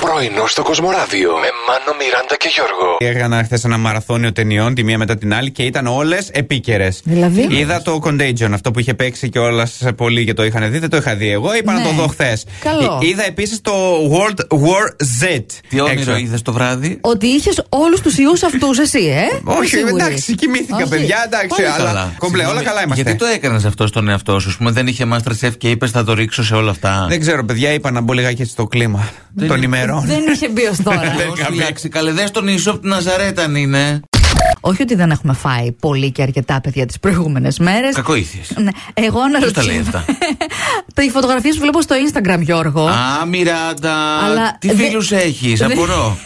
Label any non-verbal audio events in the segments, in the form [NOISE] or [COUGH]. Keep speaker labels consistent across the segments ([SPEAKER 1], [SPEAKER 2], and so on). [SPEAKER 1] Πρωινό στο Κοσμοράδιο με Μάνο, Μιράντα και Γιώργο.
[SPEAKER 2] Έκανα χθες ένα μαραθώνιο ταινιών τη μία μετά την άλλη και ήταν όλες επίκαιρες.
[SPEAKER 3] Δηλαδή?
[SPEAKER 2] Είδα το Contagion, αυτό που είχε παίξει και όλα πολύ και το είχαν δει. Δεν το είχα δει εγώ, είπα να
[SPEAKER 3] Ναι.
[SPEAKER 2] το δω χθες.
[SPEAKER 3] Καλό.
[SPEAKER 2] Είδα επίσης το World War Z.
[SPEAKER 4] Τι
[SPEAKER 2] έξω. Ε,
[SPEAKER 4] όνειρο είδες το βράδυ.
[SPEAKER 3] Ότι είχες όλους τους ιούς αυτούς, εσύ, ε. Είμαι
[SPEAKER 2] Όχι,
[SPEAKER 3] σίγουρη.
[SPEAKER 2] εντάξει, κοιμήθηκα,
[SPEAKER 3] Όχι.
[SPEAKER 2] παιδιά, εντάξει,
[SPEAKER 4] Πολύ
[SPEAKER 2] αλλά
[SPEAKER 4] καλά.
[SPEAKER 2] κομπλέ, όλα
[SPEAKER 4] Συγγνώμη,
[SPEAKER 2] καλά είμαστε.
[SPEAKER 4] Γιατί το έκανες αυτό στον εαυτό σου, ας πούμε, δεν είχε μάστρα σεφ και είπες θα το ρίξω σε όλα αυτά.
[SPEAKER 2] Δεν ξέρω, παιδιά, είπα να μπω λιγάκι στο κλίμα των ημερών.
[SPEAKER 3] Δεν είχε μπει ως τώρα.
[SPEAKER 4] Θεός φυλάξει, καλέ, δες τον Ιησού από την Ναζαρέτα αν είναι.
[SPEAKER 3] Όχι ότι δεν έχουμε φάει πολύ και αρκετά παιδιά τις προηγούμενες μέρες. [LAUGHS]
[SPEAKER 4] Κακοήθειες.
[SPEAKER 3] Ναι. Εγώ να
[SPEAKER 4] Ποιος τα λέει αυτά.
[SPEAKER 3] Οι φωτογραφίε που βλέπω στο Instagram, Γιώργο.
[SPEAKER 4] Α, Μιράντα,
[SPEAKER 3] Αλλά
[SPEAKER 4] τι
[SPEAKER 3] δεν-
[SPEAKER 4] φίλους έχεις,
[SPEAKER 3] δεν-
[SPEAKER 4] απορώ.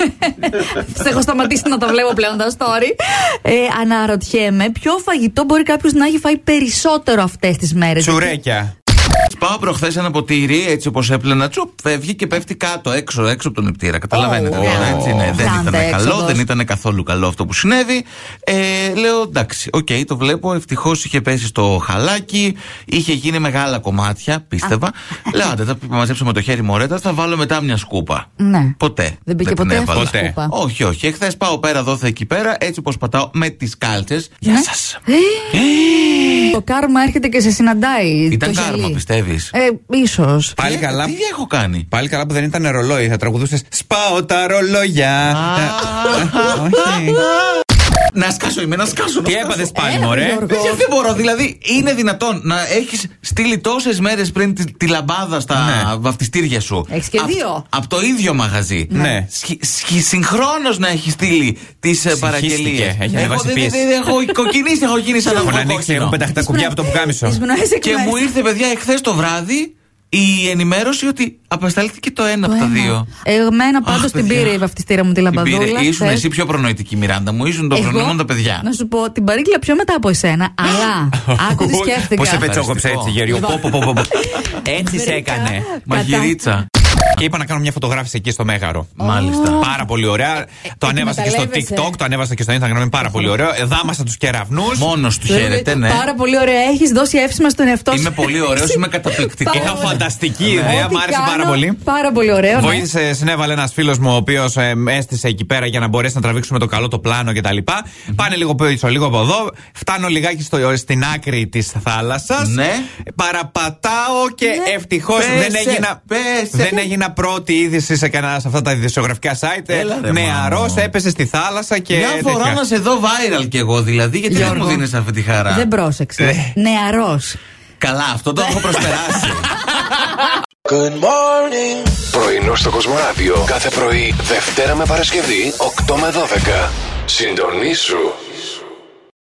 [SPEAKER 3] Σε έχω σταματήσει να τα βλέπω πλέον τα story. Ε, αναρωτιέμαι ποιο φαγητό μπορεί κάποιος να έχει φάει περισσότερο αυτές τις μέρες.
[SPEAKER 2] Τσουρέκια.
[SPEAKER 4] Πάω προχθές ένα ποτήρι, έτσι όπως έπλαινα, τσουπ, φεύγει και πέφτει κάτω, έξω, έξω από τον νηπτήρα. Καταλαβαίνετε.
[SPEAKER 3] Ω,
[SPEAKER 4] τώρα,
[SPEAKER 3] ναι.
[SPEAKER 4] έτσι, ναι. δεν
[SPEAKER 3] Βράντα
[SPEAKER 4] ήταν καλό,
[SPEAKER 3] έξοδος.
[SPEAKER 4] δεν ήταν καθόλου καλό αυτό που συνέβη. Ε, λέω εντάξει, οκ, το βλέπω. Ευτυχώς είχε πέσει στο χαλάκι, είχε γίνει μεγάλα κομμάτια, πίστευα. λέω άντε, θα μαζέψω με το χέρι μου ωραία, θα βάλω μετά μια σκούπα.
[SPEAKER 3] Ναι.
[SPEAKER 4] Ποτέ.
[SPEAKER 3] Δεν μπήκε ποτέ
[SPEAKER 4] την
[SPEAKER 3] αυτή η
[SPEAKER 4] έβαλα.
[SPEAKER 2] Ποτέ.
[SPEAKER 3] σκούπα.
[SPEAKER 4] Όχι, όχι. Εχθές πάω πέρα, δόθα εκεί πέρα, έτσι όπως πατάω με τις κάλτσες. Γεια
[SPEAKER 3] Ναι.
[SPEAKER 4] σας.
[SPEAKER 3] Το κάρμα έρχεται και σε συναντάει.
[SPEAKER 4] Ήταν
[SPEAKER 3] το
[SPEAKER 4] κάρμα,
[SPEAKER 3] γελί.
[SPEAKER 4] πιστεύει.
[SPEAKER 3] Ε, ίσως.
[SPEAKER 2] Πάλι καλά.
[SPEAKER 4] Τι έχω κάνει.
[SPEAKER 2] Πάλι καλά που δεν ήταν ρολόι, θα τραγουδούσες Σπάω τα ρολόγια. Ε,
[SPEAKER 4] Α.
[SPEAKER 2] Όχι.
[SPEAKER 4] Να σκάσω είμαι, να σκάσω. να
[SPEAKER 2] Τι
[SPEAKER 4] σκάσω.
[SPEAKER 2] έπαθες πάλι,
[SPEAKER 3] Έλα,
[SPEAKER 2] μωρέ.
[SPEAKER 3] Γιώργο.
[SPEAKER 4] Παιδιά, δεν μπορώ, δηλαδή είναι δυνατόν να έχεις στείλει τόσες μέρες πριν τη, τη λαμπάδα στα
[SPEAKER 2] Ναι.
[SPEAKER 4] βαφτιστήρια σου.
[SPEAKER 3] Έχεις και δύο.
[SPEAKER 4] Από το ίδιο μαγαζί.
[SPEAKER 2] Ναι.
[SPEAKER 4] Συγχρόνως να έχεις στείλει τις παραγγελίες.
[SPEAKER 2] έχει
[SPEAKER 4] Εγώ
[SPEAKER 2] ανεβάσει
[SPEAKER 4] δεν
[SPEAKER 2] πίεση.
[SPEAKER 4] δεν- δεν έχω κοκκινήσει, έχω γίνει σαν
[SPEAKER 2] Έχουν
[SPEAKER 4] αυγό
[SPEAKER 2] ανοίξει,
[SPEAKER 4] κόκκινο.
[SPEAKER 2] έχουν πεταχτεί τα κουμπιά από το πουκάμισο.
[SPEAKER 3] Τις πνοές
[SPEAKER 4] Και μου ήρθε, παιδιά, εχθές το βράδυ η ενημέρωση ότι απεσταλήθηκε το ένα από τα δύο.
[SPEAKER 3] Εμένα πάντως
[SPEAKER 4] Αχ,
[SPEAKER 3] την
[SPEAKER 4] παιδιά.
[SPEAKER 3] πήρε η βαφτιστήρα μου τη
[SPEAKER 4] Την πήρε.
[SPEAKER 3] λαμπαδούλα.
[SPEAKER 4] Ήσουν
[SPEAKER 3] χθες.
[SPEAKER 4] εσύ πιο προνοητική, Μιράντα μου. Ήσουν το
[SPEAKER 3] Εγώ,
[SPEAKER 4] προνόμων τα παιδιά.
[SPEAKER 3] Να σου πω, την παρήγγειλα πιο μετά από εσένα,
[SPEAKER 4] [LAUGHS]
[SPEAKER 3] αλλά άκου τι σκέφτηκα. Λοιπόν.
[SPEAKER 2] Πώ σε πετσόκοψε έτσι, Γέριο. Πω, πω, πω, πω, πω. Έτσι σε
[SPEAKER 3] Μερικά.
[SPEAKER 2] έκανε.
[SPEAKER 4] Μαγειρίτσα.
[SPEAKER 2] Και είπα να κάνω μια φωτογράφηση εκεί στο Μέγαρο.
[SPEAKER 4] Μάλιστα.
[SPEAKER 2] Πάρα πολύ ωραία. Το ανέβασα και στο
[SPEAKER 3] Ε, εκμεταλλεύεσαι.
[SPEAKER 2] TikTok, το ανέβασα και στο Instagram. είναι Πάρα πολύ ωραίο. Ε, Δάμασα τους κεραυνούς.
[SPEAKER 4] Μόνος τους χαίρεται, ναι.
[SPEAKER 3] Δηλαδή, Πάρα πολύ ωραία. Έχεις δώσει εύσημα στον εαυτό σου.
[SPEAKER 4] Είμαι πολύ ωραίος,
[SPEAKER 3] [LAUGHS]
[SPEAKER 4] είμαι καταπληκτικό.
[SPEAKER 3] Πάρα
[SPEAKER 2] Είχα
[SPEAKER 3] ωραία.
[SPEAKER 2] φανταστική ιδέα,
[SPEAKER 3] Ό,τι
[SPEAKER 2] μου άρεσε πάρα
[SPEAKER 3] κάνω,
[SPEAKER 2] πολύ.
[SPEAKER 3] Πάρα πολύ ωραίο. ναι.
[SPEAKER 2] Βοήθησε, συνέβαλε ένας φίλος μου, ο οποίος έστησε εκεί πέρα για να μπορέσει να τραβήξουμε το καλό το πλάνο κτλ. Πάνε λίγο πίσω, λίγο από εδώ. Φτάνω λιγάκι στο, στην άκρη της θάλασσας.
[SPEAKER 4] Ναι.
[SPEAKER 2] Παραπατάω και
[SPEAKER 3] Ναι.
[SPEAKER 2] ευτυχώς
[SPEAKER 4] Πέσε,
[SPEAKER 2] δεν, έγινα,
[SPEAKER 4] πέσε.
[SPEAKER 2] δεν έγινα πρώτη είδηση σε κανένα σε αυτά τα ειδησιογραφικά site.
[SPEAKER 4] Έλα ρε,
[SPEAKER 2] Νεαρός
[SPEAKER 4] μάνα.
[SPEAKER 2] έπεσε στη θάλασσα και.
[SPEAKER 4] Μια φορά
[SPEAKER 2] τέτοια.
[SPEAKER 4] να σε δω viral κι εγώ δηλαδή, γιατί δεν
[SPEAKER 3] Γιώργο.
[SPEAKER 4] μου δίνεις αυτή τη χαρά.
[SPEAKER 3] Δεν πρόσεξε.
[SPEAKER 4] Ναι.
[SPEAKER 3] Νεαρός.
[SPEAKER 4] Καλά, αυτό το έχω
[SPEAKER 3] [LAUGHS]
[SPEAKER 4] προσπεράσει.
[SPEAKER 1] Πρωινό στο Κοσμοράδιο κάθε πρωί, Δευτέρα με Παρασκευή, 8 με 12. Συντονίσου